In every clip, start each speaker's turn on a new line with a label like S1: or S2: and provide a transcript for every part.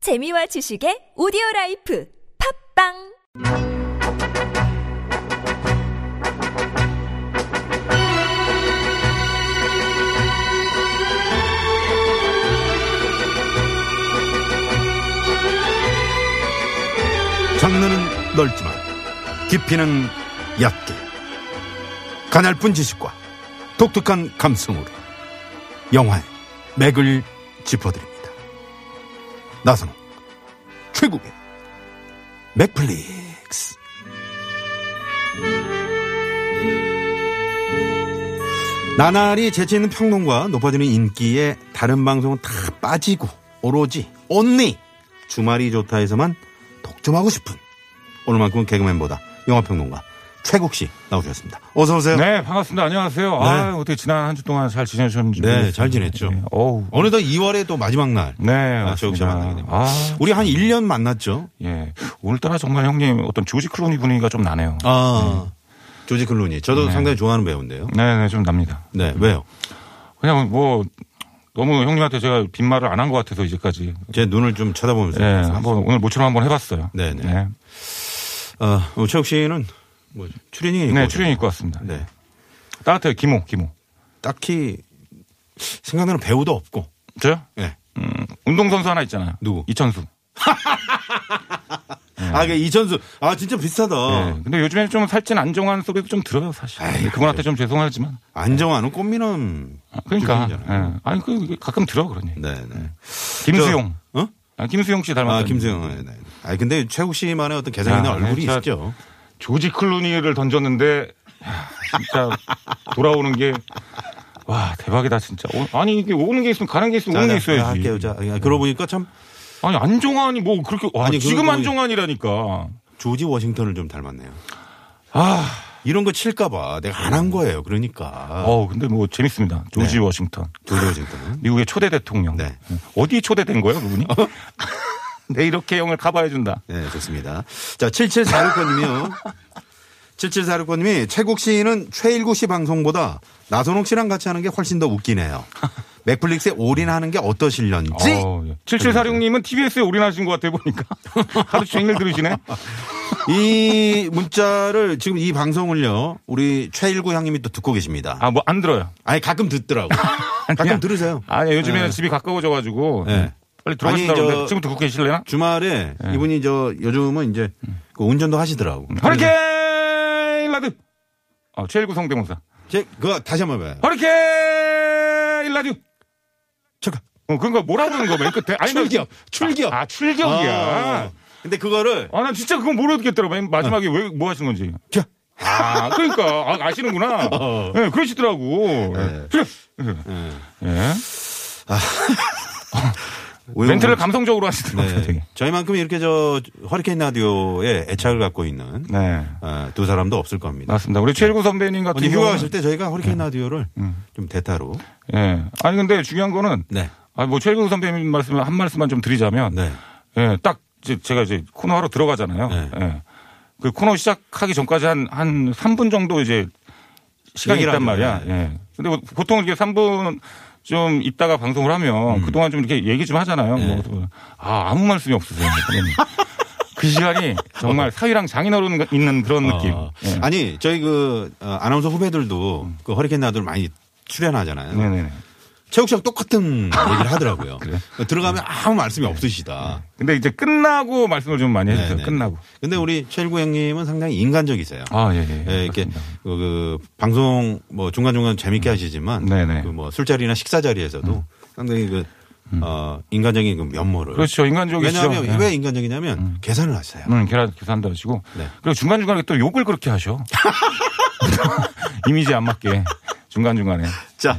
S1: 재미와 지식의 오디오 라이프 팝빵
S2: 장르는 넓지만 깊이는 얕게 가냘픈 지식과 독특한 감성으로 영화의 맥을 짚어드립니다. 나선홍 최국의 맥플릭스 나날이 재치 있는 평론과 높아지는 인기에 다른 방송은 다 빠지고 오로지 언니 주말이 좋다에서만 독점하고 싶은 오늘만큼은 개그맨보다 영화평론가 최국 씨 나오셨습니다. 어서 오세요.
S3: 네, 반갑습니다. 안녕하세요. 아, 어떻게 지난 한 주 동안 잘 지내셨는지.
S2: 네,
S3: 모르겠습니다.
S2: 잘 지냈죠.
S3: 네, 어우.
S2: 어느덧 2월의 또 마지막 날.
S3: 네,
S2: 아, 최국 씨
S3: 맞습니다.
S2: 만나게 됩니다.
S3: 아,
S2: 우리 한 1년 만났죠.
S3: 예. 오늘따라 정말 형님 어떤 조지 클로니 분위기가 좀 나네요.
S2: 아, 조지 클루니. 저도 상당히 좋아하는 배우인데요.
S3: 네, 네, 좀 납니다.
S2: 네, 왜요?
S3: 그냥 뭐 너무 형님한테 제가 빈말을 안 한 것 같아서 이제까지.
S2: 제 눈을 좀 쳐다보면서.
S3: 예, 한번 오늘 모처럼 한번 해봤어요.
S2: 네, 네.
S3: 네,
S2: 아, 어, 최국 씨는 뭐 출연이
S3: 네, 출연 입고 왔습니다.
S2: 네.
S3: 따뜻해요, 기모, 기모.
S2: 딱히 생각나는 배우도 없고.
S3: 저요?
S2: 네.
S3: 음, 운동선수 하나 있잖아요.
S2: 누구?
S3: 이천수. 네.
S2: 아, 그 이천수. 아, 진짜 비슷하다.
S3: 예. 근데 요즘에는 좀 살찐 안정환 소리도 좀 들어요, 사실.
S2: 아이,
S3: 그분한테 좀 죄송하지만.
S2: 안정환은 꽃미남.
S3: 아, 그러니까.
S2: 느낌이잖아요.
S3: 예. 아니, 그 가끔 들어, 그러니.
S2: 네, 네.
S3: 김수용.
S2: 저, 어?
S3: 아, 김수용 씨 닮았다.
S2: 아, 김수영. 네, 네. 아, 근데 최국 씨만의 어떤 개성 있는
S3: 아,
S2: 얼굴이
S3: 저-
S2: 있죠.
S3: 조지 클루니를 던졌는데 야, 진짜 돌아오는 게. 와 대박이다 진짜 오- 아니 이게 오는 게 있으면 가는 게 있으면 오는 게
S2: 자, 자,
S3: 있어야지
S2: 할게요. 자, 아, 그러고 보니까 참
S3: 아니 안정환이 뭐 그렇게 와,
S2: 아니,
S3: 지금
S2: 그거-
S3: 안정환이라니까
S2: 조지 워싱턴을 좀 닮았네요.
S3: 아
S2: 이런 거 칠까봐 내가 안 한 거예요. 그러니까.
S3: 어 근데 뭐 재밌습니다 조지 워싱턴
S2: 조지 워싱턴은.
S3: 미국의 초대 대통령 예.
S2: 네.
S3: 어디 초대된 거예요 그분이 내 이렇게 형을 커버해 준다
S2: 네, 좋습니다. 자, 7746번님이요. 7746번님이 최국 씨는 최일구 씨 방송보다 나선홍 씨랑 같이 하는 게 훨씬 더 웃기네요. 맥플릭스에 올인하는 게 어떠실런지.
S3: 어, 예. 7746님은 TBS에 올인하신 것 같아 보니까 하루 종일 들으시네
S2: 이 문자를 지금 이 방송을요. 우리 최일구 형님이 또 듣고 계십니다.
S3: 아 뭐 안 들어요
S2: 아니 가끔 듣더라고. 가끔
S3: 아니야.
S2: 들으세요.
S3: 아니 예, 요즘에는 집이 가까워져가지고
S2: 네.
S3: 빨리
S2: 아니, 저-
S3: 들어가신다고 데 지금 듣고 계실래나?
S2: 주말에
S3: 네.
S2: 이분이 저 요즘은 이제 그 운전도 하시더라고.
S3: 허리케인 라디오 아, 최일구 성대모사
S2: 제, 그거 다시 한 번 봐요.
S3: 허리케인 라디오
S2: 잠깐.
S3: 어, 그런 거 뭐라 그러는 거맨 끝에 아니, 나-
S2: 출격, 출격.
S3: 아, 아, 출격이야
S2: 아, 근데 그거를
S3: 아, 난 진짜 그건 모르겠더라고. 맨
S2: 어.
S3: 마지막에 왜, 뭐 하신 건지.
S2: 자.
S3: 아, 그러니까. 아, 아시는구나.
S2: 어. 네.
S3: 예, 그러시더라고. 예. 예. 멘트를 감성적으로 하시더라고요.
S2: 음.
S3: 되게.
S2: 네. 저희만큼 이렇게 저 허리케인 라디오에 애착을 갖고 있는
S3: 네. 아,
S2: 아, 두 사람도 없을 겁니다.
S3: 맞습니다. 우리 최일구 선배님 같은
S2: 언니
S3: 경우는
S2: 휴가하실 때 저희가 허리케인
S3: 네.
S2: 라디오를
S3: 음.
S2: 좀 대타로.
S3: 예. 아니 근데 중요한 거는
S2: 네.
S3: 아 뭐 최일구 선배님 말씀 한 말씀만 좀 드리자면
S2: 네.
S3: 예, 딱 이제 제가 이제 코너 하러 들어가잖아요.
S2: 네.
S3: 예. 그 코너 시작하기 전까지 한 한 3분 정도 이제 시간이
S2: 얘기를
S3: 있단
S2: 하죠. 네.
S3: 말이야. 예. 근데 뭐 보통 이렇게 3분 좀 있다가 방송을 하면
S2: 음.
S3: 그동안 좀 이렇게 얘기 좀 하잖아요.
S2: 네.
S3: 뭐, 아, 아무 말씀이 없으세요. 선배님. 그 시간이 정말 사위랑 장인어른 있는 그런 느낌.
S2: 어.
S3: 예.
S2: 아니 저희 그 어, 아나운서 후배들도 그 허리케인 라디오 많이 출연하잖아요.
S3: 음. 네네네.
S2: 최욱 씨랑 똑같은 얘기를 하더라고요. 들어가면 아무
S3: 네.
S2: 말씀이 없으시다.
S3: 근데 이제 끝나고 말씀을 좀 많이 해주세요.
S2: 네네.
S3: 그러니까 끝나고.
S2: 근데 우리 최일구 형님은 상당히 인간적이세요.
S3: 아, 예, 예.
S2: 예, 이렇게
S3: 맞습니다. 음.
S2: 그, 그 방송 뭐 중간중간 재밌게 하시지만
S3: 네네. 음.
S2: 그 뭐 술자리나 식사 자리에서도 상당히 그 어, 인간적인 그 면모를
S3: 그렇죠. 인간적이시죠.
S2: 왜냐하면
S3: 예.
S2: 왜 인간적이냐면 계산을 하세요.
S3: 음, 계란 계산도 하시고.
S2: 네.
S3: 그리고 중간중간에 또 욕을 그렇게 하셔. 이미지 안 맞게. 중간중간에.
S2: 자,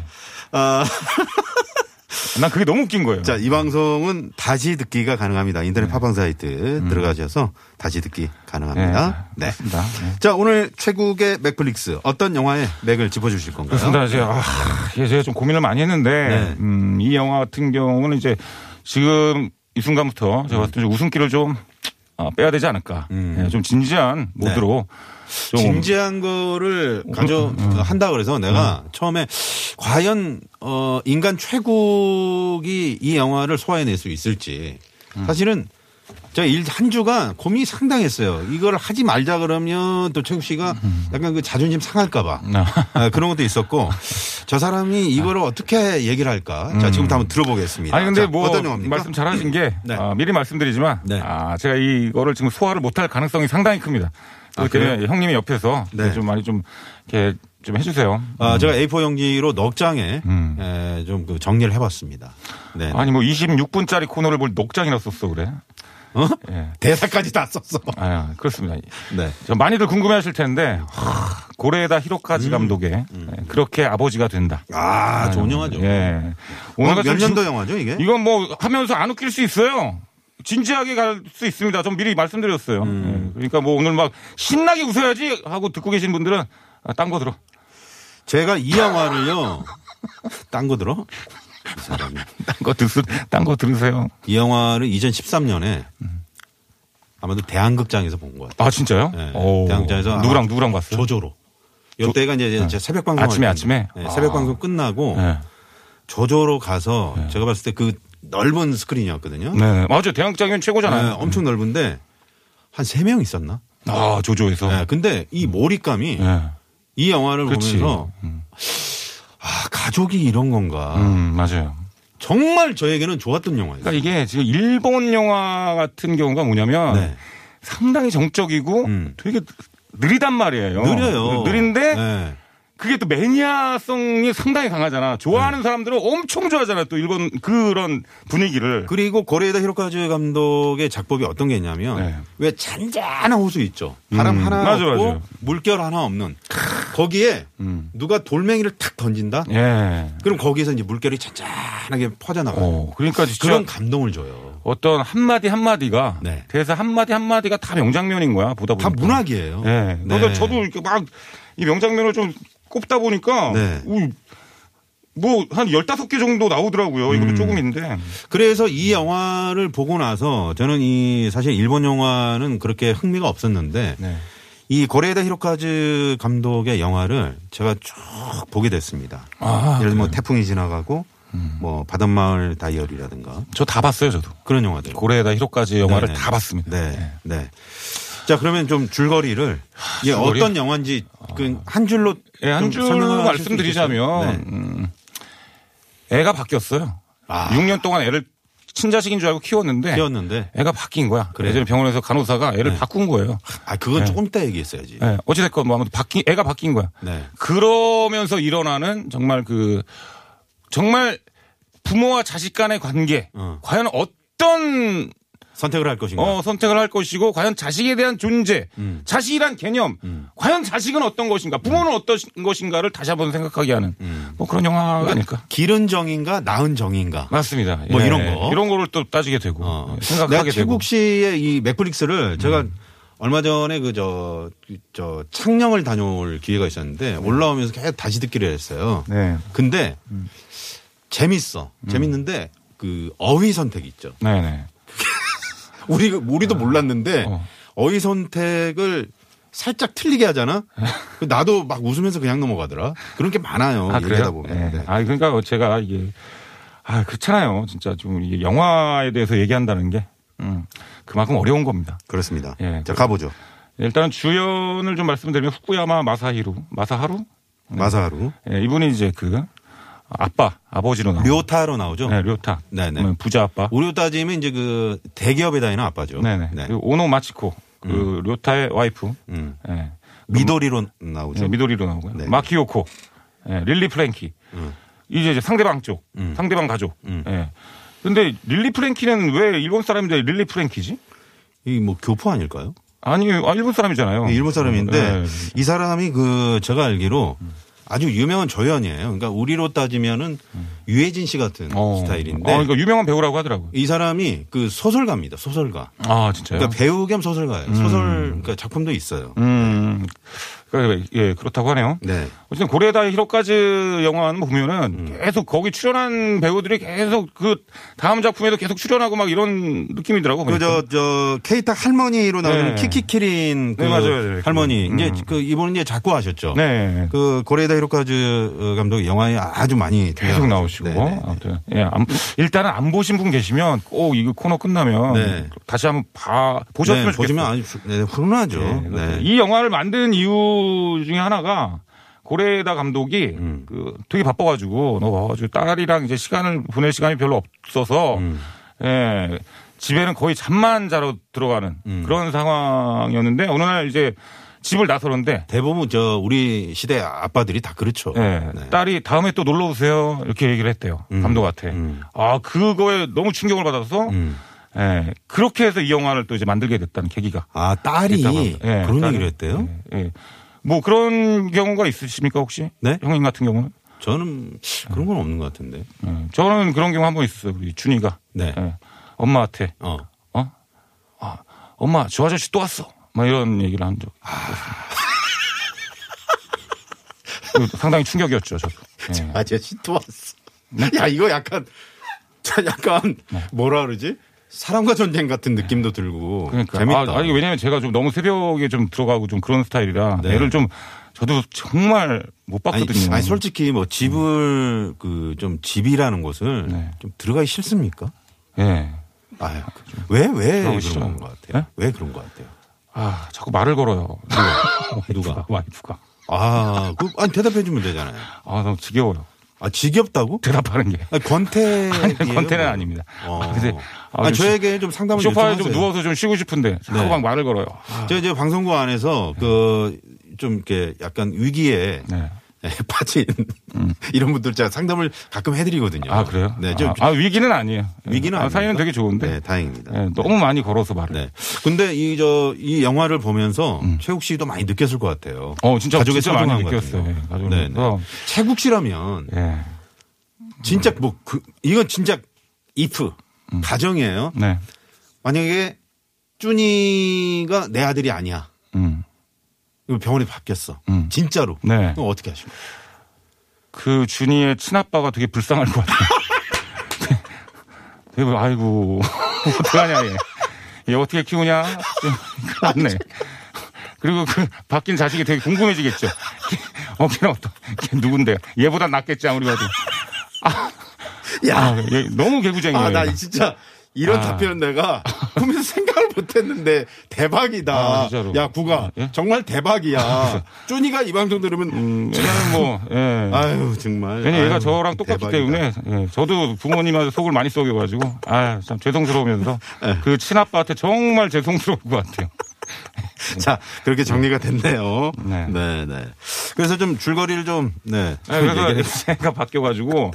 S2: 어,
S3: 음. 난 그게 너무 웃긴 거예요.
S2: 자, 이 방송은 다시 듣기가 가능합니다.
S3: 네.
S2: 인터넷 팝방 사이트 들어가셔서 다시 듣기 가능합니다.
S3: 음. 네.
S2: 네.
S3: 맞습니다. 네.
S2: 자, 오늘 최국의 맥플릭스 어떤 영화의 맥을 짚어주실 건가요?
S3: 그렇습니다. 제가, 아, 이게 제가 좀 고민을 많이 했는데,
S2: 네.
S3: 음, 이 영화 같은 경우는 이제 지금 이 순간부터 제가 봤을 때 웃음기를 좀 아, 빼야 되지 않을까. 예, 좀 진지한 모드로.
S2: 음.
S3: 좀
S2: 네. 진지한 거를 가져
S3: 어.
S2: 한다 그래서 내가 처음에 과연 어 인간 최국이 이 영화를 소화해낼 수 있을지
S3: 음.
S2: 사실은 제가 일 한 주간 고민이 상당했어요. 이걸 하지 말자 그러면 또 최국 씨가
S3: 음.
S2: 약간 그 자존심 상할까봐 아, 그런 것도 있었고 저 사람이 이거를 어떻게 얘기를 할까. 자 지금부터 한번 들어보겠습니다.
S3: 아. 음. 아니 근데
S2: 자,
S3: 뭐
S2: 어떤 영화입니까?
S3: 말씀 잘하신 게
S2: 네.
S3: 아, 미리 말씀드리지만
S2: 네.
S3: 아, 제가 이거를 지금 소화를 못할 가능성이 상당히 큽니다. 그렇게 형님이 옆에서
S2: 아, 네.
S3: 좀 많이 좀 이렇게 좀 해주세요.
S2: 아, 제가 A4 용지로 넉 장에
S3: 음.
S2: 좀그 정리를 해봤습니다. 네.
S3: 아니 뭐 26분짜리 코너를 뭘 녹장이나 썼어 그래?
S2: 어?
S3: 예.
S2: 대사까지 다 썼어.
S3: 아 그렇습니다.
S2: 네.
S3: 저 많이들 궁금해하실 텐데 하, 고레에다
S2: 음.
S3: 히로카즈 감독의 예, 그렇게 아버지가 된다.
S2: 아, 좋은 영화죠.
S3: 예.
S2: 오늘 뭐 몇
S3: 같은
S2: 년도
S3: 진-
S2: 영화죠 이게?
S3: 이건 뭐 하면서 안 웃길 수 있어요. 진지하게 갈 수 있습니다. 전 미리 말씀드렸어요.
S2: 음.
S3: 예, 그러니까 뭐 오늘 막 신나게 웃어야지 하고 듣고 계신 분들은 아, 딴거 들어.
S2: 제가 이 영화를요. 딴 거 들어?
S3: 딴 거 듣, 딴거 들으세요.
S2: 이 영화를 2013년에 아마도 대한극장에서 본 것 같아요.
S3: 아, 진짜요?
S2: 네.
S3: 오.
S2: 대한극장에서
S3: 누구랑,
S2: 아마
S3: 누구랑 봤어요?
S2: 조조로. 요때가 이제 제 새벽 방송
S3: 아침에, 아침에? 아.
S2: 새벽 방송 끝나고
S3: 네.
S2: 조조로 가서 제가 봤을 때 그 넓은 스크린이었거든요.
S3: 네. 맞아요. 대한극장이면
S2: 네,
S3: 최고잖아요.
S2: 엄청 넓은데 한 세 명 있었나?
S3: 아, 조조에서.
S2: 네, 아. 근데 이 몰입감이
S3: 예.
S2: 이 영화를
S3: 그렇지.
S2: 보면서 아 가족이 이런 건가
S3: 음, 맞아요.
S2: 정말 저에게는 좋았던 영화예요.
S3: 그러니까 이게 지금 일본 영화 같은 경우가 뭐냐면
S2: 네.
S3: 상당히 정적이고
S2: 음.
S3: 되게 느리단 말이에요.
S2: 느려요.
S3: 어, 그 느린데
S2: 네.
S3: 그게 또 매니아성이 상당히 강하잖아. 좋아하는 사람들은 엄청 좋아하잖아. 또 일본 그런 분위기를.
S2: 그리고 고레에다 히로카즈 감독의 작법이 어떤 게 있냐면
S3: 네.
S2: 왜 잔잔한 호수 있죠. 바람
S3: 음,
S2: 하나
S3: 맞아,
S2: 없고
S3: 맞아.
S2: 물결 하나 없는 거기에
S3: 음.
S2: 누가 돌멩이를 탁 던진다.
S3: 예.
S2: 그럼 거기에서 이제 물결이 잔잔하게 퍼져나가요.
S3: 어, 그러니까 진짜
S2: 그런 감동을 줘요.
S3: 어떤 한마디 한마디가
S2: 네.
S3: 대사 한마디 한마디가 다 명장면인 거야. 보다
S2: 다
S3: 보니까.
S2: 문학이에요. 네.
S3: 예. 그러니까 저도 이렇게 막 이 명장면을 좀 꼽다 보니까
S2: 네.
S3: 뭐한 15개 정도 나오더라고요. 이것도 조금인데.
S2: 그래서 이 영화를 보고 나서 저는 이 사실 일본 영화는 그렇게 흥미가 없었는데
S3: 네.
S2: 이 고레에다 히로카즈 감독의 영화를 제가 쭉 보게 됐습니다.
S3: 아,
S2: 예를 들면 뭐 태풍이 지나가고
S3: 음.
S2: 뭐 바닷마을 다이어리라든가
S3: 저 다 봤어요, 저도.
S2: 그런 영화들.
S3: 고래에다 히로까지 영화를
S2: 네네.
S3: 다 봤습니다.
S2: 네. 네. 자 그러면 좀 줄거리를 이게
S3: 줄거리?
S2: 어떤 영화인지 그한 줄로
S3: 아. 예,
S2: 좀
S3: 한 줄로
S2: 설명하실 수
S3: 말씀드리자면
S2: 있겠어요? 네.
S3: 음, 애가 바뀌었어요.
S2: 아.
S3: 6년 동안 애를 친자식인 줄 알고 키웠는데
S2: 키웠는데
S3: 애가 바뀐 거야.
S2: 그래요? 네.
S3: 예전에 병원에서 간호사가 애를 바꾼 거예요.
S2: 아 그건
S3: 네.
S2: 조금 이따 얘기했어야지.
S3: 예, 어찌됐건 뭐 아무튼 바뀐 애가 바뀐 거야.
S2: 네.
S3: 그러면서 일어나는 정말 그 정말 부모와 자식 간의 관계
S2: 어.
S3: 과연 어떤
S2: 선택을 할 것인가.
S3: 어, 선택을 할 것이고 과연 자식에 대한 존재, 자식이란 개념, 과연 자식은 어떤 것인가, 부모는 어떤 것인가를 다시 한번 생각하게 하는 뭐 그런 영화가 아닐까.
S2: 길은 정인가 나은 정인가.
S3: 맞습니다. 예.
S2: 뭐 이런 거.
S3: 이런 거를 또 따지게 되고
S2: 어.
S3: 예,
S2: 내가
S3: 생각하게 되고. 음.
S2: 최국 씨의 이 맥플릭스를 제가 얼마 전에 그저저 창녕을 다녀올 기회가 있었는데 올라오면서 계속 다시 듣기를 했어요.
S3: 네. 음.
S2: 근데 재밌어. 재밌는데 그 어휘 선택 있죠.
S3: 네네.
S2: 우리 우리도 몰랐는데
S3: 어.
S2: 어휘 선택을 살짝 틀리게 하잖아. 그 나도 막 웃으면서 그냥 넘어가더라. 그런 게 많아요.
S3: 아
S2: 얘기하다
S3: 그래요?
S2: 보면.
S3: 예.
S2: 네.
S3: 아 그러니까 제가 이게 아 그렇잖아요. 진짜 좀 이게 영화에 대해서 얘기한다는 게 음, 그만큼 어려운 겁니다.
S2: 그렇습니다.
S3: 예,
S2: 자
S3: 그-
S2: 가보죠.
S3: 일단은 주연을 좀 말씀드리면 후쿠야마 마사히루 마사하루
S2: 마사하루
S3: 예, 이분이 이제 그 아빠, 아버지로 나온
S2: 료타로 나오죠.
S3: 네, 료타.
S2: 네네.
S3: 음, 부자 아빠.
S2: 우리로 따지면 이제 그 대기업에 다니는 아빠죠.
S3: 네네.
S2: 네.
S3: 그리고 오노 마치코. 그 료타의 와이프.
S2: 음.
S3: 예.
S2: 미도리로 나오죠.
S3: 예, 미도리로 나오고요.
S2: 네. 음.
S3: 마키오코. 예, 릴리 플랭키. 이제, 이제 상대방 쪽. 상대방 가족. 예. 근데 릴리 플랭키는 왜 일본 사람인데 릴리 플랭키지?
S2: 이 뭐 교포 아닐까요?
S3: 아니, 아, 일본 사람이잖아요.
S2: 네, 일본 사람인데
S3: 예.
S2: 이 사람이 그 제가 알기로 아주 유명한 조연이에요. 그러니까 우리로 따지면은 유해진 씨 같은
S3: 음. 어.
S2: 스타일인데
S3: 어, 그러니까 유명한 배우라고 하더라고요.
S2: 이 사람이 그 소설가입니다. 소설가.
S3: 아, 진짜요?
S2: 그러니까 배우 겸 소설가예요. 소설 그러니까 작품도 그러니까 있어요.
S3: 음. 그러니까 그래, 예, 그렇다고 하네요.
S2: 네.
S3: 어쨌든 고레다의 히로까즈 영화는 보면은
S2: 음.
S3: 계속 거기 출연한 배우들이 계속 그 다음 작품에도 계속 출연하고 막 이런 느낌이더라고.
S2: 그,
S3: 보니까.
S2: 저, 저, 케이타 할머니로 나오는
S3: 그러니까. 네.
S2: 키키키린 그
S3: 네, 맞아요. 네,
S2: 할머니.
S3: 그,
S2: 이제
S3: 음.
S2: 그, 이번은 이제 작고 하셨죠.
S3: 네.
S2: 그, 고레다 히로카즈 어, 감독 영화에 아주 많이
S3: 계속
S2: 등장하셨죠.
S3: 나오시고
S2: 네, 네.
S3: 아무튼 예, 안- 일단은 안 보신 분 계시면 꼭 이거 코너 끝나면
S2: 네.
S3: 다시 한번 봐 보셨으면
S2: 네,
S3: 좋겠어요.
S2: 보시면 아주 훌- 네, 훈훈하죠.
S3: 예, 그래서
S2: 네.
S3: 이 영화를 만든 이유 중에 하나가 고레다 감독이
S2: 음.
S3: 그 되게 바빠가지고 너무 바빠가지고 딸이랑 이제 시간을 보낼 시간이 별로 없어서
S2: 음.
S3: 예, 집에는 거의 잠만 자러 들어가는
S2: 음.
S3: 그런 상황이었는데 어느 날 이제 집을 나서는데
S2: 대부분 저 우리 시대 아빠들이 다 그렇죠.
S3: 예,
S2: 네. 음.
S3: 딸이 다음에 또 놀러 오세요 이렇게 얘기를 했대요 감독한테 아 그거에 너무 충격을 받아서
S2: 음.
S3: 예, 그렇게 해서 이 영화를 또 이제 만들게 됐다는 계기가
S2: 아 딸이
S3: 있다고 합니다. 예,
S2: 그런
S3: 딸이.
S2: 얘기를 했대요.
S3: 예, 예. 뭐 그런 경우가 있으십니까 혹시?
S2: 네?
S3: 형님 같은 경우는?
S2: 저는 그런 건 없는 것 같은데.
S3: 예. 저는 그런 경우 한 번 있었어요. 우리 준이가.
S2: 네.
S3: 예. 엄마한테
S2: 어.
S3: 어? 아, 엄마 저 아저씨 또 왔어. 막 이런 얘기를 한 적. 있었습니다. 그 상당히 충격이었죠. 저도. 예. 네.
S2: 아저씨 또 왔어. 야 이거 약간 자, 약간 뭐라 그러지? 사람과 전쟁 같은 느낌도 들고
S3: 그러니까
S2: 재밌다.
S3: 아, 아니 왜냐면 제가 좀 너무 새벽에 좀 들어가고 좀 그런 스타일이라
S2: 네.
S3: 애를 좀 저도 정말 못
S2: 아니,
S3: 봤거든요.
S2: 아니, 솔직히 뭐 집을 그 좀 집이라는 곳을
S3: 네.
S2: 좀 들어가기 싫습니까?
S3: 예.
S2: 아유 왜왜
S3: 그러고
S2: 그런
S3: 싶죠.
S2: 것 같아요?
S3: 네?
S2: 왜 그런 것 같아요?
S3: 아, 자꾸 말을 걸어요.
S2: 누가?
S3: 와이프가.
S2: 아, 그, 아니 대답해 주면 되잖아요.
S3: 아, 너무 지겨워요.
S2: 아 지겹다고?
S3: 대답하는 게.
S2: 아니, 권태
S3: 아니,
S2: 얘기예요,
S3: 권태는
S2: 뭐.
S3: 아닙니다.
S2: 어.
S3: 아, 근데
S2: 아니, 저에게 좀 상담을
S3: 쇼파에
S2: 요청하세요.
S3: 좀 누워서 좀 쉬고 싶은데 자꾸
S2: 네.
S3: 막 말을 걸어요.
S2: 저 이제 방송국 안에서 그 좀 이렇게 약간 위기에 예,
S3: 네. 음.
S2: 빠진 이런 분들 제가 상담을 가끔 해드리거든요.
S3: 아, 그래요?
S2: 네, 좀
S3: 아, 아, 위기는 아니에요.
S2: 위기는
S3: 아, 사이는
S2: 아닙니까?
S3: 되게 좋은데.
S2: 네, 다행입니다.
S3: 예, 너무 많이 걸어서 말을.
S2: 네. 근데 이 저 이 영화를 보면서 최국 씨도 많이 느꼈을 것 같아요.
S3: 음. 어, 진짜-
S2: 가족의
S3: 진짜 많이
S2: 소중한 것
S3: 느꼈어요.
S2: 같은 거.
S3: 예, 가족을
S2: 네, 네.
S3: 보면서.
S2: 최국 씨라면
S3: 예.
S2: 진짜 뭐 그, 이건 진짜 if
S3: 음.
S2: 가정이에요.
S3: 네.
S2: 만약에 쭈니가 내 아들이 아니야.
S3: 음.
S2: 이거 병원이 바뀌었어.
S3: 음.
S2: 진짜로.
S3: 네.
S2: 그럼 어떻게 하십니까?
S3: 그 준이의 친아빠가 되게 불쌍할 것 같아요. 되게, 불- 아이고, 어떡하냐, 얘. 얘 어떻게 키우냐? 맞네. 그리고 그 바뀐 자식이 되게 궁금해지겠죠. 어, 걔는 어떤, 걔 누군데? 얘보다 낫겠지, 아무리 봐도. 아,
S4: 야,
S3: 얘 너무 개구쟁이에요.
S4: 아, 나
S3: 얘가.
S4: 진짜
S3: 아.
S4: 이런 답변 내가 보면서 생각을 못했는데 대박이다.
S3: 아, 진짜로.
S4: 야, 구가
S3: 예?
S4: 정말 대박이야. 쭈니가 이 방송 들으면
S3: 음, 얘는 뭐, 음, 예.
S4: 아유 정말.
S3: 왜냐
S4: 아유,
S3: 얘가 저랑 똑같기
S4: 대박이다.
S3: 때문에 예, 저도 부모님한테 속을 많이 썩여가지고 아 참 죄송스러우면서 그 친아빠한테 정말 죄송스러울 것 같아요.
S4: 자 그렇게 정리가 됐네요.
S3: 네.
S4: 네, 네.
S2: 그래서 좀 줄거리를 좀 네.
S3: 네, 그래서 얘가 바뀌어가지고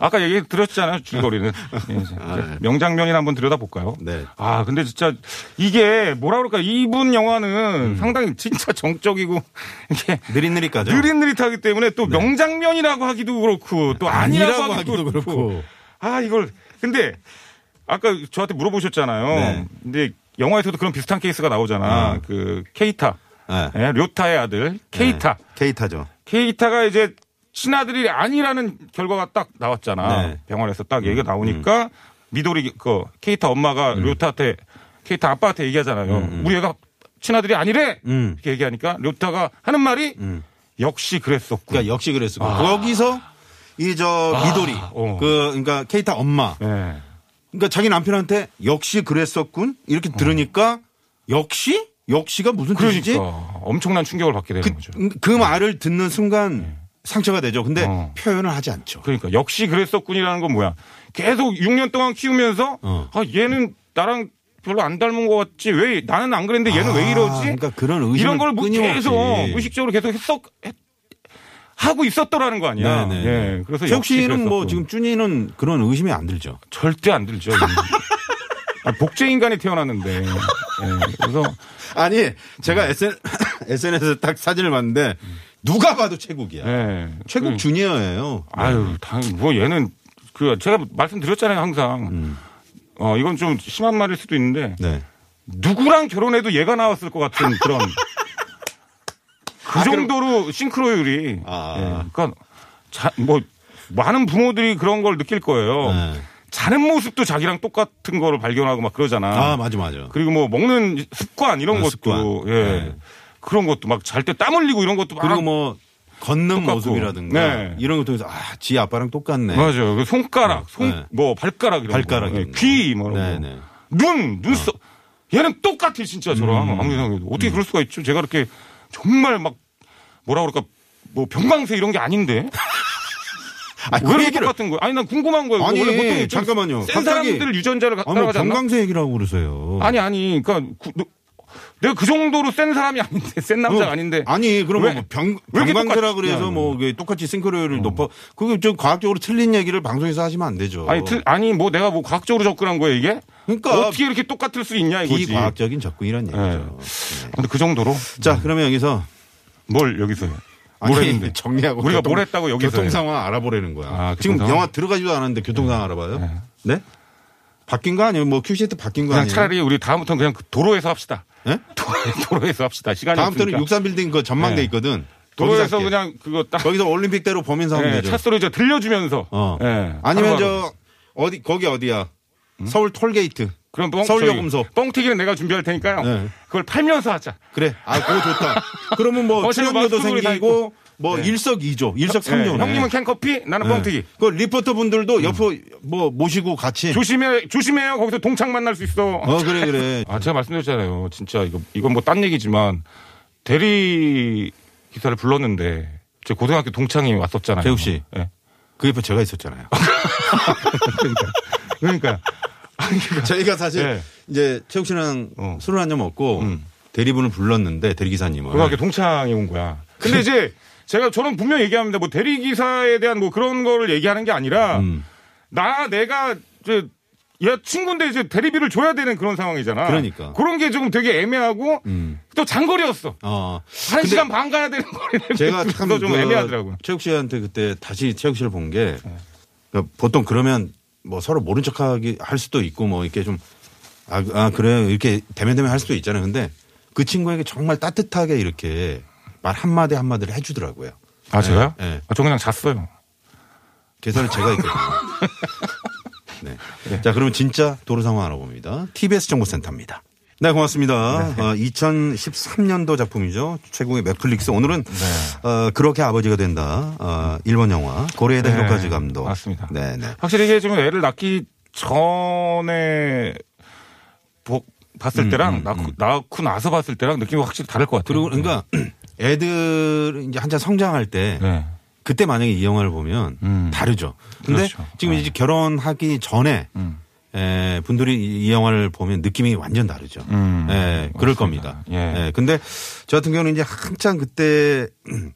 S3: 아까 얘기 들었잖아요 줄거리는 예, 이제 명장면이나 한번 들여다볼까요?
S2: 네.
S3: 아 근데 진짜 이게 뭐라 그럴까 이분 영화는 상당히 진짜 정적이고 이게
S2: 느릿느릿
S3: 음.
S2: 가죠.
S3: 느릿느릿하기 때문에 또 명장면이라고 하기도 그렇고 또 네. 아니라고,
S2: 아니라고 네.
S3: 하기도,
S2: 하기도
S3: 그렇고.
S2: 그렇고.
S3: 아 이걸 근데 아까 저한테 물어보셨잖아요.
S2: 네.
S3: 근데 영화에서도 그런 비슷한 케이스가 나오잖아. 그 케이타,
S2: 네.
S3: 예, 료타의 아들 케이타.
S2: 케이타죠.
S3: 케이타가 이제 친아들이 아니라는 결과가 딱 나왔잖아.
S2: 네. 음.
S3: 병원에서 딱 얘기가 나오니까 미도리 그 케이타 엄마가 료타한테 케이타 아빠한테 얘기하잖아요. 우리 애가 친아들이 아니래.
S2: 음.
S3: 이렇게 얘기하니까 료타가 하는 말이 역시 그랬었고.
S2: 그러니까 역시 그랬어. 거기서 이 저 미도리
S3: 아. 어.
S2: 그 그러니까 케이타 엄마.
S3: 예.
S2: 그러니까 자기 남편한테 역시 그랬었군
S3: 어.
S2: 이렇게 들으니까 역시 역시가 무슨 뜻이지?
S3: 그러니까 엄청난 충격을 받게 되는 거죠.
S2: 그, 그 말을 듣는 순간 상처가 되죠. 근데
S3: 그러니까. 네. 어.
S2: 표현을 하지 않죠.
S3: 그러니까 역시 그랬었군이라는 건 뭐야? 계속 6년 동안 키우면서
S2: 어.
S3: 아 얘는 나랑 별로 안 닮은 것 같지 왜 나는 안 그랬는데 얘는
S2: 아,
S3: 왜 이러지?
S2: 그러니까 그런 의심을
S3: 이런 걸뭐
S2: 끊임없이.
S3: 계속 무의식적으로 계속 했었 했- 하고 있었더라는 거 아니야?
S2: 네, 네.
S3: 예, 그래서
S2: 최욱
S3: 역시
S2: 씨는 뭐
S3: 그랬었군.
S2: 지금 쭈니는 그런 의심이 안 들죠.
S3: 절대 안 들죠. 아, 복제 인간이 태어났는데 예, 그래서
S4: 아니 제가
S2: 네.
S4: SN
S2: SNS에 딱 사진을 봤는데 누가 봐도 최국이야.
S3: 예,
S2: 최국 주니어예요.
S3: 아유, 당연히 뭐 얘는 그 제가 말씀드렸잖아요 항상.
S2: 음.
S3: 어 이건 좀 심한 말일 수도 있는데
S2: 네.
S3: 누구랑 결혼해도 얘가 나왔을 것 같은 그런
S2: 아,
S3: 그 정도로 싱크로율이.
S4: 아.
S3: 예, 그러니까 자, 뭐 많은 부모들이 그런 걸 느낄 거예요.
S2: 네.
S3: 자는 모습도 자기랑 똑같은 거를 발견하고 막 그러잖아.
S2: 아, 맞아, 맞아.
S3: 그리고 뭐 먹는 습관 이런
S2: 아,
S3: 것도
S2: 습관.
S3: 예.
S2: 네.
S3: 그런 것도 막 잘 때 땀 흘리고 이런 것도 막
S2: 그리고 뭐 걷는
S3: 똑같고.
S2: 모습이라든가
S3: 네.
S2: 이런 것 통해서 아, 지 아빠랑 똑같네.
S3: 맞아요. 그 손가락, 손,
S2: 네.
S3: 뭐 발가락 이런
S2: 발가락
S3: 거. 예,
S2: 이런 거.
S3: 귀, 뭐
S2: 네,
S3: 이런
S2: 네. 어.
S3: 거. 눈, 눈썹. 얘는 똑같아 진짜 저랑
S2: 음.
S3: 아무리 생각해도 어떻게 그럴 수가 있죠? 제가 이렇게 정말 막 뭐라 그럴까 뭐 병강세 이런 게 아닌데
S2: 아,
S3: 왜
S2: 그
S3: 이렇게
S2: 얘기를
S3: 똑같은 거야? 아니 난 궁금한 거예요.
S2: 아니,
S3: 원래 보통 좀
S2: 잠깐만요.
S3: 센
S2: 갑자기-
S3: 사람들 유전자를
S2: 아니, 뭐
S3: 따라가지 않나?
S2: 건강세 얘기라고 그러세요.
S3: 아니 아니 그러니까 구- 너- 내가 그 정도로 센 사람이 아닌데 센 남자 가
S2: 어,
S3: 아닌데
S2: 아니 그러면
S3: 왜-
S2: 뭐 병,
S3: 왜 이렇게
S2: 병강세라
S3: 똑같지?
S2: 그래서 뭐 그게 똑같이 싱크로율을 높아 그게 좀 과학적으로 틀린 얘기를 방송에서 하시면 안 되죠.
S3: 아니, 틀- 아니 뭐 내가 뭐 과학적으로 접근한 거야 이게?
S2: 어. 그러니까
S3: 어떻게 이렇게 똑같을 수 있냐 이거지.
S2: 비과학적인 접근이란
S3: 네.
S2: 얘기죠.
S3: 근데 그 정도로
S2: 자 그러면 여기서
S3: 뭘 여기서 해?
S2: 아니, 그
S3: 뭘 했는데?
S2: 정리하고
S3: 우리가
S2: 교통-
S3: 뭘 했다고 여기서
S2: 교통
S3: 해?
S2: 상황 알아보려는 거야.
S3: 아, 교통
S2: 지금
S3: 상황?
S2: 영화 들어가지도 않았는데 교통 상황 알아봐요? 네. 바뀐 거 아니에요? 뭐 큐시트 바뀐 거
S3: 그냥
S2: 아니에요?
S3: 차라리 우리 다음부터는 그냥 그 도로에서 합시다.
S2: 예?
S3: 도로, 에서 합시다. 시간이
S2: 다음부터는
S3: 없으니까.
S2: 육삼 빌딩 그 전망대
S3: 네.
S2: 있거든. 거기서
S3: 도로에서
S2: 할게.
S3: 그냥 그거 딱
S2: 거기서 올림픽대로 범인 사면
S3: 예,
S2: 되죠.
S3: 차 소리 저 들려주면서.
S2: 어.
S3: 예,
S2: 아니면
S3: 바로바로.
S2: 저 어디 거기 어디야? 서울 톨게이트.
S3: 그럼 뻥,
S2: 서울
S3: 저기
S2: 요금소.
S3: 뻥튀기는 내가 준비할 테니까요.
S2: 네.
S3: 그걸 팔면서 하자.
S2: 그래. 아, 그거 좋다. 그러면 뭐
S3: 어, 지금
S2: 출연료도
S3: 마스크 소리 다
S2: 생기고 뭐 일석이조, 일석삼조.
S3: 예, 형님은 캔커피, 나는 뻥튀기.
S2: 그 리포터 분들도 옆으로 뭐 모시고 같이.
S3: 조심해, 조심해요. 거기서 동창 만날 수 있어.
S2: 어, 그래, 그래.
S3: 아, 제가 말씀드렸잖아요. 진짜 이거, 이건 뭐 딴 얘기지만 대리 기사를 불렀는데 제 고등학교 동창이 왔었잖아요.
S2: 재욱 씨.
S3: 예.
S2: 그 옆에 제가 있었잖아요.
S3: 그러니까.
S2: 저희가 사실
S3: 예.
S2: 이제 최욱 씨랑
S3: 어.
S2: 술을 한 잔 먹고 대리분을 불렀는데 대리기사님을.
S3: 고등학교 동창이 온 거야.
S2: 네.
S3: 근데 이제 제가 저는 분명 얘기합니다. 뭐 대리 기사에 대한 뭐 그런 거를 얘기하는 게 아니라
S2: 음.
S3: 나 내가 이제 얘 친구인데 이제 대리비를 줘야 되는 그런 상황이잖아.
S2: 그러니까.
S3: 그런 게 좀 되게 애매하고 또 장거리였어.
S2: 어.
S3: 한
S2: 근데
S3: 시간 반 가야 되는 거리를
S2: 제가
S3: 그래서
S2: 참좀
S3: 좀 애매하더라고요.
S2: 최욱 씨한테 그때 다시 최욱 씨를 본 게 그러니까 보통 그러면 뭐 서로 모른 척하기 할 수도 있고 뭐 이렇게 좀 아, 아 그래 이렇게 대면 대면 할 수도 있잖아요. 근데 그 친구에게 정말 따뜻하게 이렇게 말 한마디 한마디를 해주더라고요.
S3: 아 제가요?
S2: 예.
S3: 아, 저 그냥 잤어요.
S2: 계산을 제가 했거든요. 네. 자, 그럼 진짜 도로 상황 알아봅니다. TBS 정보센터입니다. 네, 고맙습니다. 어, 2013년도 작품이죠. 최고의 넷플릭스. 오늘은 어, 그렇게 아버지가 된다. 어, 일본 영화 고레에다
S3: 네. 네,
S2: 히로카즈 감독.
S3: 맞습니다.
S2: 네, 네.
S3: 확실히 이게 좀 애를 낳기 전에 보- 봤을 때랑 낳고, 낳고 나서 봤을 때랑 느낌이 확실히 다를 것 같아요.
S2: 음, 그리고 그러니까 애들 이제 한참 성장할 때
S3: 음. 네.
S2: 그때 만약에 이 영화를 보면
S3: 음.
S2: 다르죠. 근데
S3: 그렇죠. 음.
S2: 지금 이제 결혼하기 전에 에, 분들이 이- 이 영화를 보면 느낌이 완전 다르죠.
S3: 음.
S2: 예, 그럴
S3: 맞습니다.
S2: 겁니다.
S3: 예.
S2: 예, 근데 저 같은 경우는 이제 한창 그때 음,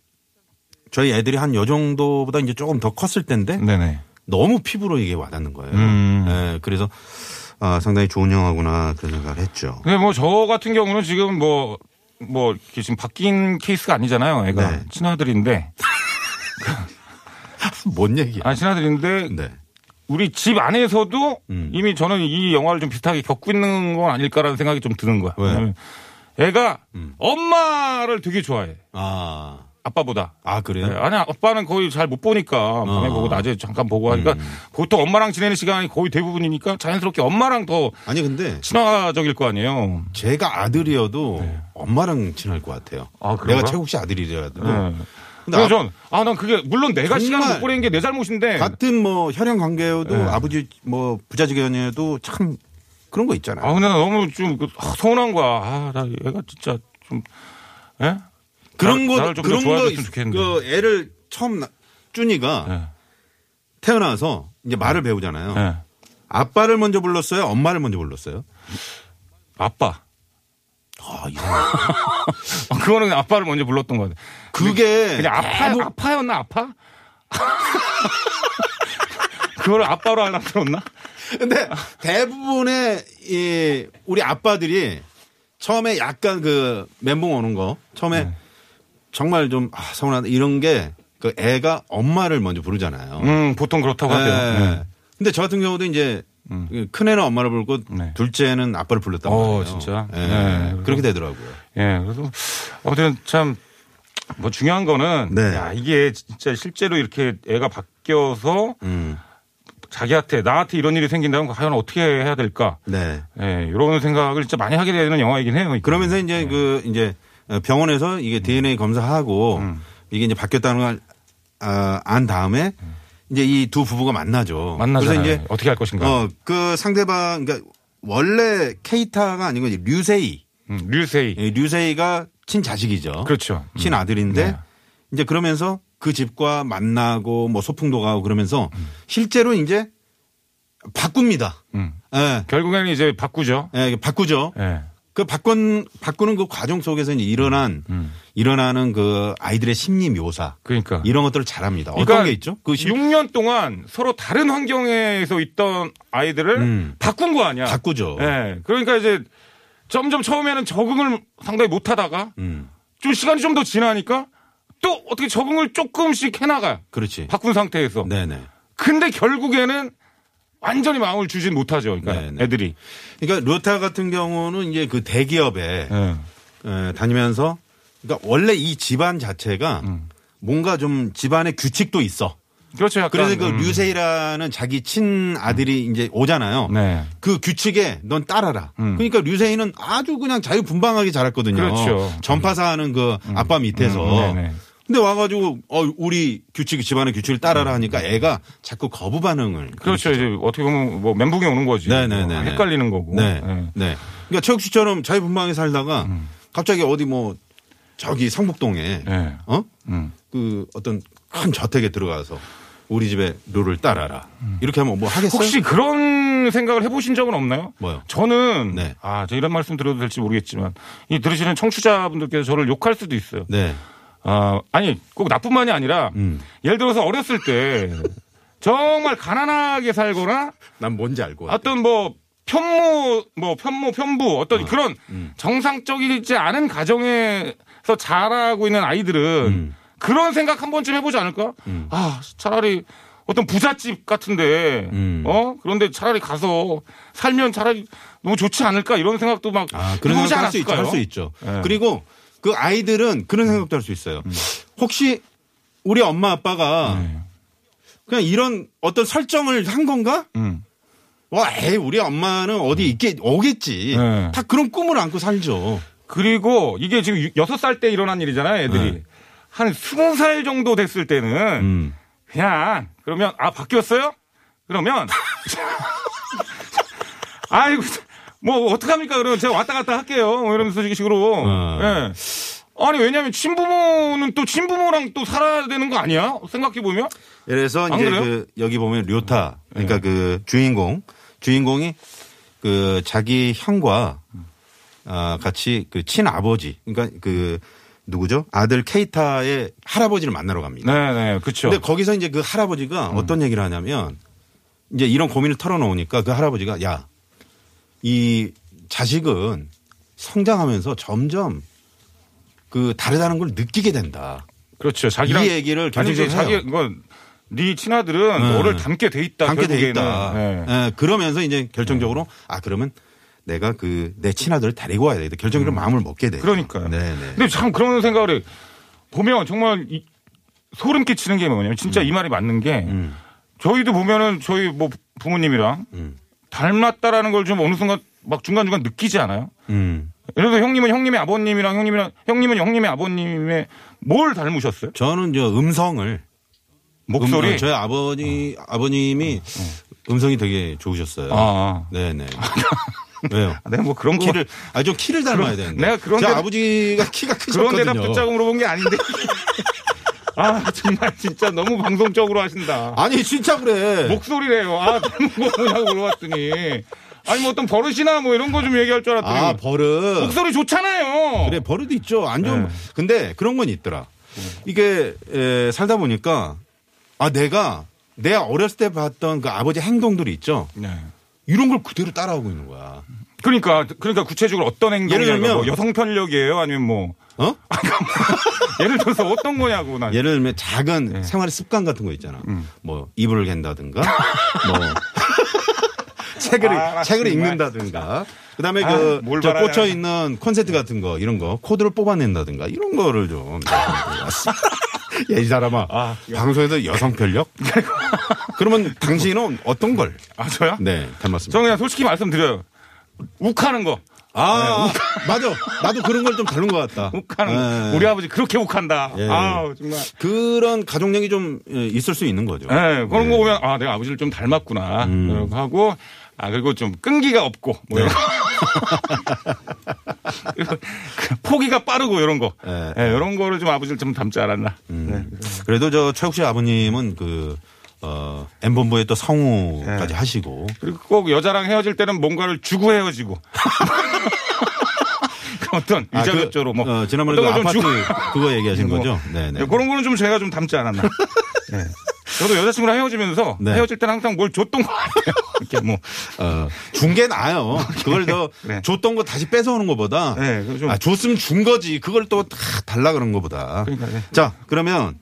S2: 저희 애들이 한 요 정도보다 이제 조금 더 컸을 때인데
S3: 네네.
S2: 너무 피부로 이게 와닿는 거예요.
S3: 음.
S2: 예, 그래서 아, 상당히 좋은 영화구나 그런 생각을 했죠.
S3: 근데 뭐 저 같은 경우는 지금 뭐, 뭐, 이렇게 지금 바뀐 케이스가 아니잖아요. 애가.
S2: 네.
S3: 친아들인데.
S2: 뭔 얘기야?
S3: 아, 친아들인데
S2: 네.
S3: 우리 집 안에서도
S2: 음.
S3: 이미 저는 이 영화를 좀 비슷하게 겪고 있는 건 아닐까라는 생각이 좀 드는 거야.
S2: 왜? 음.
S3: 왜냐면 애가 엄마를 되게 좋아해.
S2: 아,
S3: 아빠보다.
S2: 아
S3: 네,
S2: 그래요?
S3: 아니 아빠는 거의 잘 못 보니까 밤에
S2: 어.
S3: 보고 낮에 잠깐 보고 하니까
S2: 음.
S3: 보통 엄마랑 지내는 시간이 거의 대부분이니까 자연스럽게 엄마랑 더
S2: 아니 근데
S3: 친화적일 거 아니에요.
S2: 제가 아들이어도 엄마랑 친할 것 같아요.
S3: 네. 아, 그런가?
S2: 내가 최국 씨 아들이라도
S3: 네.
S2: 근데
S3: 그래서 전, 아, 난 그게, 물론 내가 시간을
S2: 정말
S3: 못 보내는 게 내 잘못인데.
S2: 같은 뭐 혈연 관계여도
S3: 네.
S2: 아버지 뭐 부자지간이어도 참 그런 거 있잖아요.
S3: 아, 근데 나 너무 좀 그, 아, 서운한 거야. 아, 나 얘가 진짜 좀, 예?
S2: 그런
S3: 나-
S2: 거
S3: 나를 좀더
S2: 그런 거
S3: 좋아해줬으면 좋겠는데.
S2: 그 애를 처음 나- 쭈니가
S3: 예.
S2: 태어나서 이제 말을 배우잖아요.
S3: 예.
S2: 아빠를 먼저 불렀어요. 엄마를 먼저 불렀어요.
S3: 아빠.
S2: 아, 이상하다.
S3: 아, 그거는 그냥 아빠를 먼저 불렀던 거 같아.
S2: 그게
S3: 그냥 네. 아파,
S2: 계속-
S3: 아파였나, 아파? 그걸 아빠로 하나 들었나?
S2: 근데 대부분의 이 우리 아빠들이 처음에 약간 그 멘붕 오는 거 처음에
S3: 네.
S2: 정말 좀 아, 서운하다 이런 게 그 애가 엄마를 먼저 부르잖아요.
S3: 음, 보통 그렇다고 하대요.
S2: 예.
S3: 네. 음.
S2: 근데 저 같은 경우도 이제 그 큰 애는 엄마를 부르고
S3: 네.
S2: 둘째는 아빠를 불렀단
S3: 어,
S2: 말이에요.
S3: 진짜?
S2: 예.
S3: 네.
S2: 그렇게 되더라고요.
S3: 예, 그래서 아무튼 참 뭐 중요한 거는
S2: 네.
S3: 야 이게 진짜 실제로 이렇게 애가 바뀌어서
S2: 음.
S3: 자기한테 나한테 이런 일이 생긴다면 과연 어떻게 해야 될까?
S2: 네.
S3: 예, 이런 생각을 진짜 많이 하게 되는 영화이긴 해요.
S2: 그러면서 이제
S3: 네.
S2: 그 이제 병원에서 이게
S3: 음.
S2: DNA 검사하고 이게 이제 바뀌었다는 걸 아, 안 다음에 이제 이 두 부부가 만나죠.
S3: 만나잖아요.
S2: 그래서 이제
S3: 어떻게 할 것인가?
S2: 어, 그 상대방 그러니까 원래 케이타가 아니고 이제 류세이.
S3: 음, 류세이.
S2: 이 류세이가 친자식이죠.
S3: 그렇죠. 음.
S2: 친아들인데
S3: 네.
S2: 이제 그러면서 그 집과 만나고 뭐 소풍도 가고 그러면서 실제로 이제 바꿉니다.
S3: 음.
S2: 예.
S3: 결국에는 이제 바꾸죠.
S2: 예, 바꾸죠.
S3: 예.
S2: 그 바꾼 바꾸는 그 과정 속에서 이제 일어난
S3: 음.
S2: 일어나는 그 아이들의 심리 묘사
S3: 그러니까.
S2: 이런 것들을 잘합니다.
S3: 그러니까
S2: 예, 어떤 게 있죠? 그 심,
S3: 6년 동안 서로 다른 환경에서 있던 아이들을
S2: 음.
S3: 바꾼 거 아니야.
S2: 바꾸죠.
S3: 예. 그러니까 이제 점점 처음에는 적응을 상당히 못 하다가
S2: 음,
S3: 좀 시간이 좀 더 지나니까 또 어떻게 적응을 조금씩 해나가요.
S2: 그렇지.
S3: 바꾼 상태에서.
S2: 네네.
S3: 근데 결국에는 완전히 마음을 주진 못하죠. 그러니까
S2: 네네.
S3: 애들이.
S2: 그러니까 루타 같은 경우는 이제 그 대기업에
S3: 예.
S2: 에, 다니면서 그러니까 원래 이 집안 자체가
S3: 음.
S2: 뭔가 좀 집안의 규칙도 있어.
S3: 그렇죠. 약간.
S2: 그래서 그
S3: 음.
S2: 류세이라는 자기 친 아들이 이제 오잖아요.
S3: 네.
S2: 그 규칙에 넌 따라라.
S3: 음.
S2: 그러니까 류세이는 아주 그냥 자유분방하게 자랐거든요.
S3: 그렇죠.
S2: 전파사하는 그 아빠 밑에서.
S3: 음, 네네.
S2: 근데 와가지고 어 우리 규칙 집안의 규칙을 따라라 하니까 애가 자꾸 거부 반응을.
S3: 그렇죠. 이제 어떻게 보면 뭐 멘붕이 오는 거지.
S2: 네네네.
S3: 뭐 헷갈리는 거고.
S2: 네.
S3: 예.
S2: 네. 그러니까 최욱 씨처럼 자유분방하게 살다가 갑자기 어디 뭐 저기 성북동에
S3: 음. 네.
S2: 어?
S3: 음.
S2: 그 어떤 큰 저택에 들어가서 우리 집의 룰을 따라라. 이렇게 하면 뭐 하겠어요?
S3: 음. 혹시 그런 생각을 해보신 적은 없나요?
S2: 뭐요?
S3: 저는
S2: 네.
S3: 아, 저 이런 말씀 드려도 될지 모르겠지만 이 들으시는 청취자분들께서 저를 욕할 수도 있어요.
S2: 네.
S3: 아, 아니 꼭 나뿐만이 아니라
S2: 음.
S3: 예를 들어서 어렸을 때 정말 가난하게 살거나
S2: 난 뭔지 알고.
S3: 어떤 뭐 편모 뭐 편모 편부
S2: 아,
S3: 어떤 그런
S2: 음.
S3: 정상적이지 않은 가정에서 자라고 있는 아이들은
S2: 음.
S3: 그런 생각 한 번쯤 해보지 않을까? 아 차라리 어떤 부잣집 같은데
S2: 음.
S3: 어 그런데 차라리 가서 살면 차라리 너무 좋지 않을까 이런 생각도 막
S2: 아, 그런
S3: 해보지
S2: 생각 할수 있죠.
S3: 않았을까요?
S2: 할수 있죠.
S3: 예.
S2: 그리고 그 아이들은 그런 생각도 할 수 있어요. 혹시 우리 엄마 아빠가 그냥 이런 어떤 설정을 한 건가?
S3: 음.
S2: 와, 에이, 우리 엄마는 어디 있겠, 오겠지.
S3: 네.
S2: 다 그런 꿈을 안고 살죠.
S3: 그리고 이게 지금 유- 여섯 살 때 일어난 일이잖아요, 애들이.
S2: 네.
S3: 한 스무 살 정도 됐을 때는
S2: 음.
S3: 그냥 그러면 아 바뀌었어요? 그러면 아이고 뭐 어떡합니까? 그러면 제가 왔다 갔다 할게요. 뭐 이러면서 이 식으로.
S2: 어.
S3: 예. 아니 왜냐면 친부모는 또 친부모랑 또 살아야 되는 거 아니야? 생각해 보면
S2: 그래서
S3: 안
S2: 이제
S3: 그래요?
S2: 그 여기 보면 료타 그러니까 그 주인공 주인공이 그 자기 형과 아 같이 그 친아버지 그러니까 그 누구죠 아들 케이타의 할아버지를 만나러 갑니다.
S3: 네네 그렇죠. 음.
S2: 근데 거기서 이제 그 할아버지가 어떤 얘기를 하냐면 이제 이런 고민을 털어놓으니까 그 할아버지가 야 이 자식은 성장하면서 점점 그 다르다는 걸 느끼게 된다.
S3: 그렇죠. 자기랑
S2: 이 얘기를
S3: 아니 이제
S2: 계속
S3: 자기
S2: 해요.
S3: 이건 네 친아들은
S2: 네.
S3: 너를 닮게 돼 있다.
S2: 담게 돼
S3: 결국에는. 네.
S2: 있다.
S3: 예.
S2: 예, 그러면서 이제 결정적으로 아 그러면 내가 그 내 친아들을 데리고 와야 되겠다. 결정적으로 마음을 먹게 돼.
S3: 그러니까요.
S2: 네, 네.
S3: 근데 참 그런 생각을 해. 보면 정말 이- 소름 끼치는 게 뭐냐면 진짜
S2: 음.
S3: 이 말이 맞는 게 저희도 보면은 저희 뭐 부모님이랑
S2: 음.
S3: 닮았다라는 걸 좀 어느 순간 막 중간중간 느끼지 않아요?
S2: 음.
S3: 예를 들어 형님은 형님의 아버님이랑 형님이랑 형님은 형님의 아버님의 뭘 닮으셨어요?
S2: 저는 저 음성을
S3: 목소리. 어.
S2: 음, 저희 아버지 아버님이 음성이 되게 좋으셨어요.
S3: 아.
S2: 네, 네. 왜요?
S3: 아, 내가 뭐 그런 거
S2: 키를 아 좀 키를 닮아야
S3: 그런-
S2: 되는데.
S3: 내가 그런
S2: 제
S3: 데도-
S2: 아버지가 키가
S3: 그런
S2: 크셨거든요.
S3: 대답 듣자고 물어본 게 아닌데. 아 정말 진짜 너무 방송적으로 하신다.
S2: 아니 진짜 그래.
S3: 목소리래요. 아, 뭐냐고 물어봤더니. 아니, 뭐 어떤 버릇이나 뭐 이런 거 좀 얘기할 줄 알았더니.
S2: 아 버릇.
S3: 목소리 좋잖아요.
S2: 그래 버릇 있죠. 안 좋은
S3: 네.
S2: 근데 그런 건 있더라. 이게 에, 살다 보니까 아 내가 내 어렸을 때 봤던 그 아버지 행동들이 있죠.
S3: 네.
S2: 이런 걸 그대로 따라하고 있는 거야.
S3: 그러니까, 그러니까 구체적으로 어떤
S2: 예를
S3: 행동이냐면
S2: 들면-
S3: 뭐 여성 편력이에요? 아니면 뭐.
S2: 어?
S3: 예를 들어서 어떤 거냐고 난.
S2: 예를 들면 작은
S3: 네.
S2: 생활 습관 같은 거 있잖아.
S3: 음.
S2: 뭐 이불을 갠다든가, 뭐 책을
S3: 아,
S2: 책을
S3: 정말.
S2: 읽는다든가. 그다음에
S3: 아,
S2: 그
S3: 뭘 네.
S2: 저
S3: 말하냐.
S2: 꽂혀 있는 콘센트 같은 거 이런 거 코드를 뽑아낸다든가 이런 거를 좀. 야, 이 사람아. 방송에서 여성 편력? 그러면 당신은 어떤 걸?
S3: 아 저요?
S2: 네, 닮았습니다.
S3: 저는 그냥 솔직히 말씀드려요. 욱하는 거.
S2: 아, 맞아. 나도 그런 걸 좀 닮은 것 같다.
S3: 네. 욱하는
S2: 예.
S3: 거. 우리 아버지 그렇게 욱한다.
S2: 예.
S3: 아우 정말.
S2: 그런 가족력이 좀 예, 있을 수 있는 거죠.
S3: 예, 그런
S2: 네.
S3: 거 보면 아 내가 아버지를 좀 닮았구나.
S2: 음.
S3: 이러고 하고 아 그리고 좀 끈기가 없고 뭐
S2: 네.
S3: 이런 거. 그리고 그 포기가 빠르고 이런 거.
S2: 예.
S3: 예, 이런 거를 좀 아버지를 좀 닮지 않았나.
S2: 음.
S3: 네.
S2: 네. 그래도 저 최욱 씨 아버님은 그, 어, 엠본부에 또
S3: 네.
S2: 성우까지 하시고.
S3: 그리고 꼭 여자랑 헤어질 때는 뭔가를 주고 헤어지고. 그 어떤
S2: 아, 그,
S3: 위자급조로 뭐
S2: 어, 지난번에 그
S3: 어떤 걸좀
S2: 아파트
S3: 주고.
S2: 그거 얘기하신
S3: 뭐.
S2: 거죠? 네네.
S3: 네, 그런 거는 좀 제가 좀 닮지 않았나. 네. 저도 여자친구랑 헤어지면서
S2: 네.
S3: 헤어질 때는 항상 뭘 줬던 것 같아요. 이렇게 뭐.
S2: 어, 준게 나아요. 그걸 더
S3: 그래.
S2: 줬던 거 다시 뺏어오는 것보다.
S3: 네, 그거 좀-
S2: 아, 줬으면 준 거지. 그걸 또 다 달라 그런 것보다.
S3: 그러니까, 네.
S2: 자, 그러면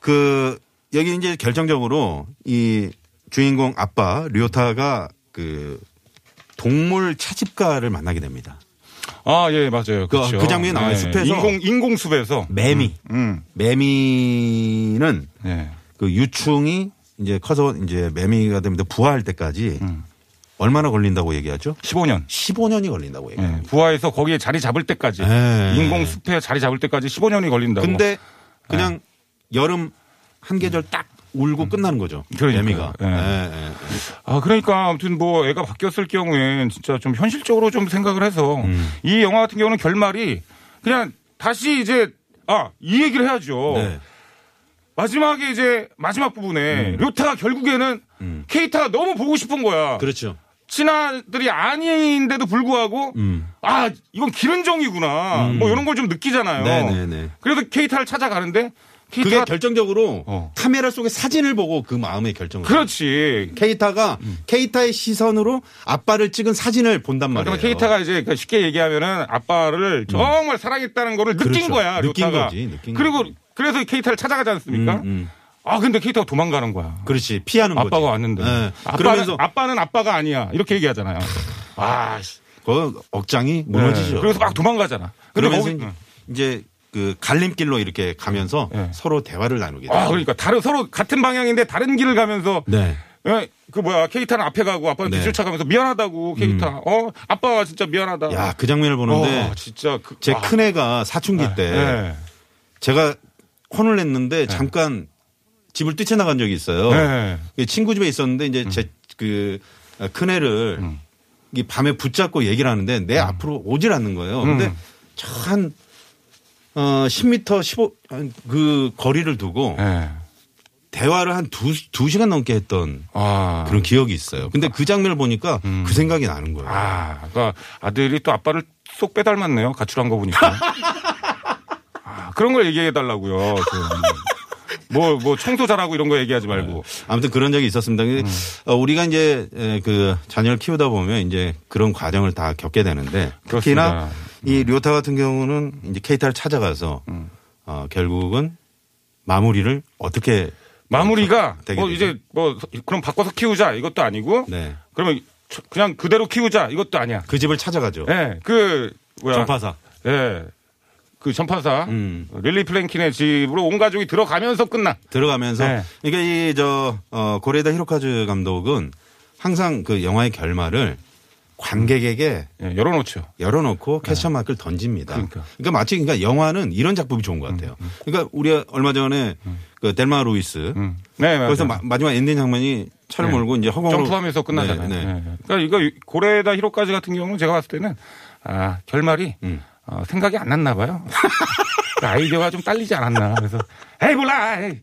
S2: 그 여기 이제 결정적으로 이 주인공 아빠 류타가 그 동물 차집가를 만나게 됩니다.
S3: 아, 예, 맞아요.
S2: 그-
S3: 그쵸.
S2: 그 장면이 나와요. 숲에서.
S3: 인공, 인공숲에서.
S2: 매미.
S3: 음.
S2: 매미는
S3: 예.
S2: 그 유충이 이제 커서 이제 매미가 됩니다. 부화할 때까지
S3: 음.
S2: 얼마나 걸린다고 얘기하죠?
S3: 15년.
S2: 15년이 걸린다고 얘기해요.
S3: 예. 부하에서 거기에 자리 잡을 때까지.
S2: 예.
S3: 인공숲에 자리 잡을 때까지 뭐 네. 15년이 걸린다고.
S2: 근데 그냥 여름 한 계절 딱 울고 끝나는 거죠.
S3: 음. 그러니까요.
S2: 매미가.
S3: 예.
S2: 예, 예.
S3: 아, 그러니까 아무튼 뭐 애가 바뀌었을 경우엔 진짜 좀 현실적으로 좀 생각을 해서
S2: 음.
S3: 이 영화 같은 경우는 결말이 그냥 다시 이제 아, 이 얘기를 해야죠.
S2: 네.
S3: 마지막에 이제 마지막 부분에
S2: 음.
S3: 료타가 결국에는 케이타가 너무 보고 싶은 거야.
S2: 그렇죠.
S3: 친아들이 아닌데도 불구하고
S2: 음.
S3: 아 이건 기른정이구나 뭐 이런 걸 좀 느끼잖아요.
S2: 네네네.
S3: 그래서 케이타를 찾아가는데
S2: 그게
S3: 케이타가
S2: 결정적으로
S3: 어.
S2: 카메라 속에 사진을 보고 그 마음의 결정을.
S3: 그렇지.
S2: 케이타가 케이타의 시선으로 아빠를 찍은 사진을 본단 말이에요.
S3: 음.
S2: 음.
S3: 그러면 케이타가 이제 그러니까 쉽게 얘기하면은 아빠를 정말 사랑했다는 거를 느낀
S2: 그렇죠.
S3: 거야.
S2: 느낀
S3: 료타가.
S2: 거지, 느낀
S3: 그리고 그래서 케이타를 찾아가지 않습니까? 아 근데 케이타가 도망가는 거야.
S2: 그렇지 피하는 거지.
S3: 아빠가 왔는데.
S2: 예.
S3: 아빠는,
S2: 그러면서 네.
S3: 아빠는 아빠가 아니야. 이렇게 얘기하잖아요. 아, 씨.
S2: 그 억장이 무너지죠.
S3: 네. 그래서 막 도망가잖아. 근데
S2: 그러면서
S3: 거기
S2: 이제- 이제 그 갈림길로 이렇게 가면서
S3: 네.
S2: 서로 대화를 나누게 돼요.
S3: 아, 그러니까 다른 서로 같은 방향인데 다른 길을 가면서
S2: 네.
S3: 예, 그 뭐야 케이타는 앞에 가고 아빠는
S2: 네. 음.
S3: 뒤쫓차 가면서 미안하다고 케이타. 어, 아빠가 진짜 미안하다.
S2: 야, 그 장면을 보는데
S3: 어, 진짜 그,
S2: 제
S3: 아,
S2: 큰애가 사춘기 때
S3: 예.
S2: 제가 혼을 냈는데 잠깐 집을 뛰쳐나간 적이 있어요.
S3: 네. 음.
S2: 이 친구 집에 있었는데 이제 제 그 큰애를 이 밤에 붙잡고 얘기를 하는데 내
S3: 음.
S2: 앞으로 오질 않는 거예요. 근데 저한 어, 10m 15, 한그 거리를 두고
S3: 예.
S2: 대화를 한 두, 두 시간 넘게 했던
S3: 아.
S2: 그런 기억이 있어요. 근데 그 장면을 보니까
S3: 음.
S2: 그 생각이 나는 거예요.
S3: 아, 그러니까 아들이 또 아빠를 쏙 빼닮았네요. 가출한 거 보니까. 아, 그런 걸 얘기해 달라고요. 뭐뭐 청소 잘하고 이런 거 얘기하지 말고.
S2: 아무튼 그런 적이 있었습니다.
S3: 음.
S2: 근데 어, 우리가 이제 에, 그 자녀를 키우다 보면 이제 그런 과정을 다 겪게 되는데 특히나
S3: 그렇습니다. 음.
S2: 이 료타 같은 경우는 이제 케이타를 찾아가서 어, 결국은 마무리를 어떻게
S3: 마무리가
S2: 네, 되게
S3: 뭐
S2: 되죠.
S3: 이제 뭐 그럼 바꿔서 키우자 이것도 아니고
S2: 네.
S3: 그러면 저- 그냥 그대로 키우자 이것도 아니야.
S2: 그 집을 찾아가죠.
S3: 예, 그 뭐야?
S2: 전파사.
S3: 예, 그 전파사
S2: 음.
S3: 릴리 플랭킨의 집으로 온 가족이 들어가면서 끝나.
S2: 들어가면서
S3: 네.
S2: 그러니까 이저 어, 고레다 히로카즈 감독은 항상 그 영화의 결말을 관객에게
S3: 예, 열어놓죠.
S2: 열어놓고 캐션 마크를 던집니다. 그러니까.
S3: 네. 그러니까. 음,
S2: 마치 그러니까 영화는 이런 작품이 좋은 것 같아요. 그러니까 우리가 얼마 전에 그 델마 루이스
S3: 음. 네, 맞아요.
S2: 거기서 마, 지막 엔딩 장면이 차를
S3: 네.
S2: 몰고 이제 허공으로
S3: 점프하면서 끝나잖아요.
S2: 네, 네.
S3: 예. 그러니까 이거 고레다 히로까지 같은 경우는 제가 봤을 때는 아, 결말이 어, 생각이 안 났나 봐요. 그 아이디어가 좀 딸리지 않았나. 그래서 에이 몰라. 에이.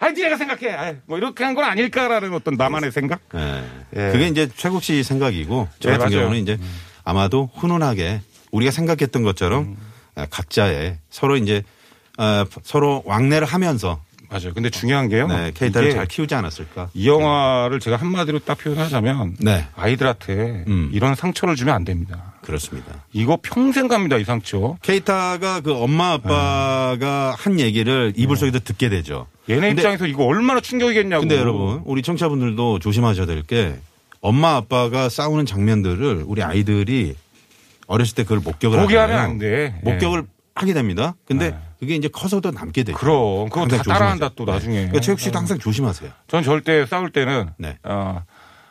S3: 아이 니네가 생각해. 아이, 뭐 이렇게 한 건 아닐까라는 어떤 나만의 생각.
S2: 네.
S3: 예.
S2: 그게 이제 최국 씨 생각이고 저
S3: 네,
S2: 같은
S3: 맞아요.
S2: 경우는 이제 아마도 훈훈하게 우리가 생각했던
S3: 음.
S2: 것처럼 아, 각자의 서로 이제 아, 서로 왕래를 하면서
S3: 맞아요. 근데 중요한 게요.
S2: 네, 케이타를
S3: 음. 이게
S2: 잘 키우지 않았을까.
S3: 이 영화를 제가 한마디로 딱 표현하자면
S2: 네.
S3: 아이들한테
S2: 음.
S3: 이런 상처를 주면 안 됩니다.
S2: 그렇습니다.
S3: 이거 평생 갑니다 이 상처.
S2: 케이타가 그 엄마 아빠가 한 얘기를 이불 속에서 듣게 되죠.
S3: 얘네
S2: 근데-
S3: 입장에서 이거 얼마나 충격이겠냐고.
S2: 근데 여러분 우리 청취자분들도 조심하셔야 될 게 엄마 아빠가 싸우는 장면들을 우리 아이들이 어렸을 때 그걸 목격을
S3: 보게
S2: 하잖아요.
S3: 하면 안 돼. 예. 아.
S2: 목격을 하게 됩니다. 근데 그게 이제 커서도 남게 돼요.
S3: 그럼. 그거 다
S2: 항상
S3: 따라한다
S2: 조심하세요.
S3: 또 나중에. 어.
S2: 그러니까 체육 씨도 항상 조심하세요.
S3: 전 절대 싸울 때는
S2: 네.
S3: 어,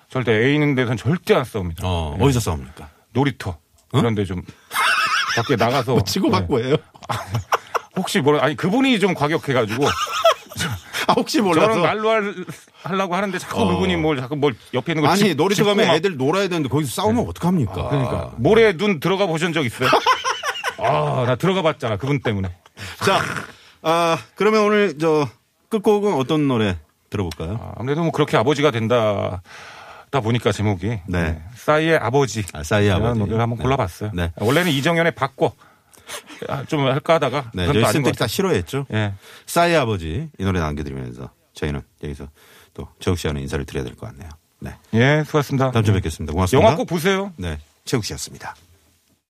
S3: 절대 애 있는 데선 절대 안 싸웁니다.
S2: 어,
S3: 예.
S2: 어디서 싸웁니까?
S3: 놀이터 이런 데 좀 밖에 나가서
S2: 뭐
S4: 치고받고
S3: 네.
S4: 해요.
S3: 예. 혹시 모르 아니 그분이 좀 과격해 가지고
S4: 아 혹시 몰라서
S3: 저는 말로 할, 하려고 하는데 자꾸 그분이 뭘 자꾸 뭘 옆에 있는 거
S2: 어. 아니
S3: 짚-
S2: 놀이터
S3: 짚고
S2: 가면
S3: 막
S2: 애들 아. 놀아야 되는데 거기서 싸우면 어떡합니까?
S3: 네. 그러니까 모래 눈 들어가 보신 적 있어요? 아, 나 들어가 봤잖아. 그분 때문에.
S2: 자, 아, 그러면 오늘 저 끝곡은 어떤 노래 들어볼까요?
S3: 아, 아무래도 뭐 그렇게 아버지가 된다. 다 보니까 제목이 네. 싸이의 아버지
S2: 아, 싸이의
S3: 이라는
S2: 아버지.
S3: 노래를 한번
S2: 네.
S3: 골라봤어요. 아,
S2: 네.
S3: 원래는 이정현의 바꿔 아, 좀 할까 하다가
S2: 네,
S3: 그건 또
S2: 저희
S3: 아닌 것
S2: 쌤들이
S3: 같아요.
S2: 다 싫어했죠.
S3: 예.
S2: 싸이 아버지 이 노래 남겨드리면서 저희는 여기서 또 최욱 씨와는 인사를 드려야 될 것 같네요. 네,
S3: 예, 수고하셨습니다.
S2: 다음 주에 뵙겠습니다. 고맙습니다.
S3: 영화 꼭 보세요.
S2: 네, 최욱 씨였습니다.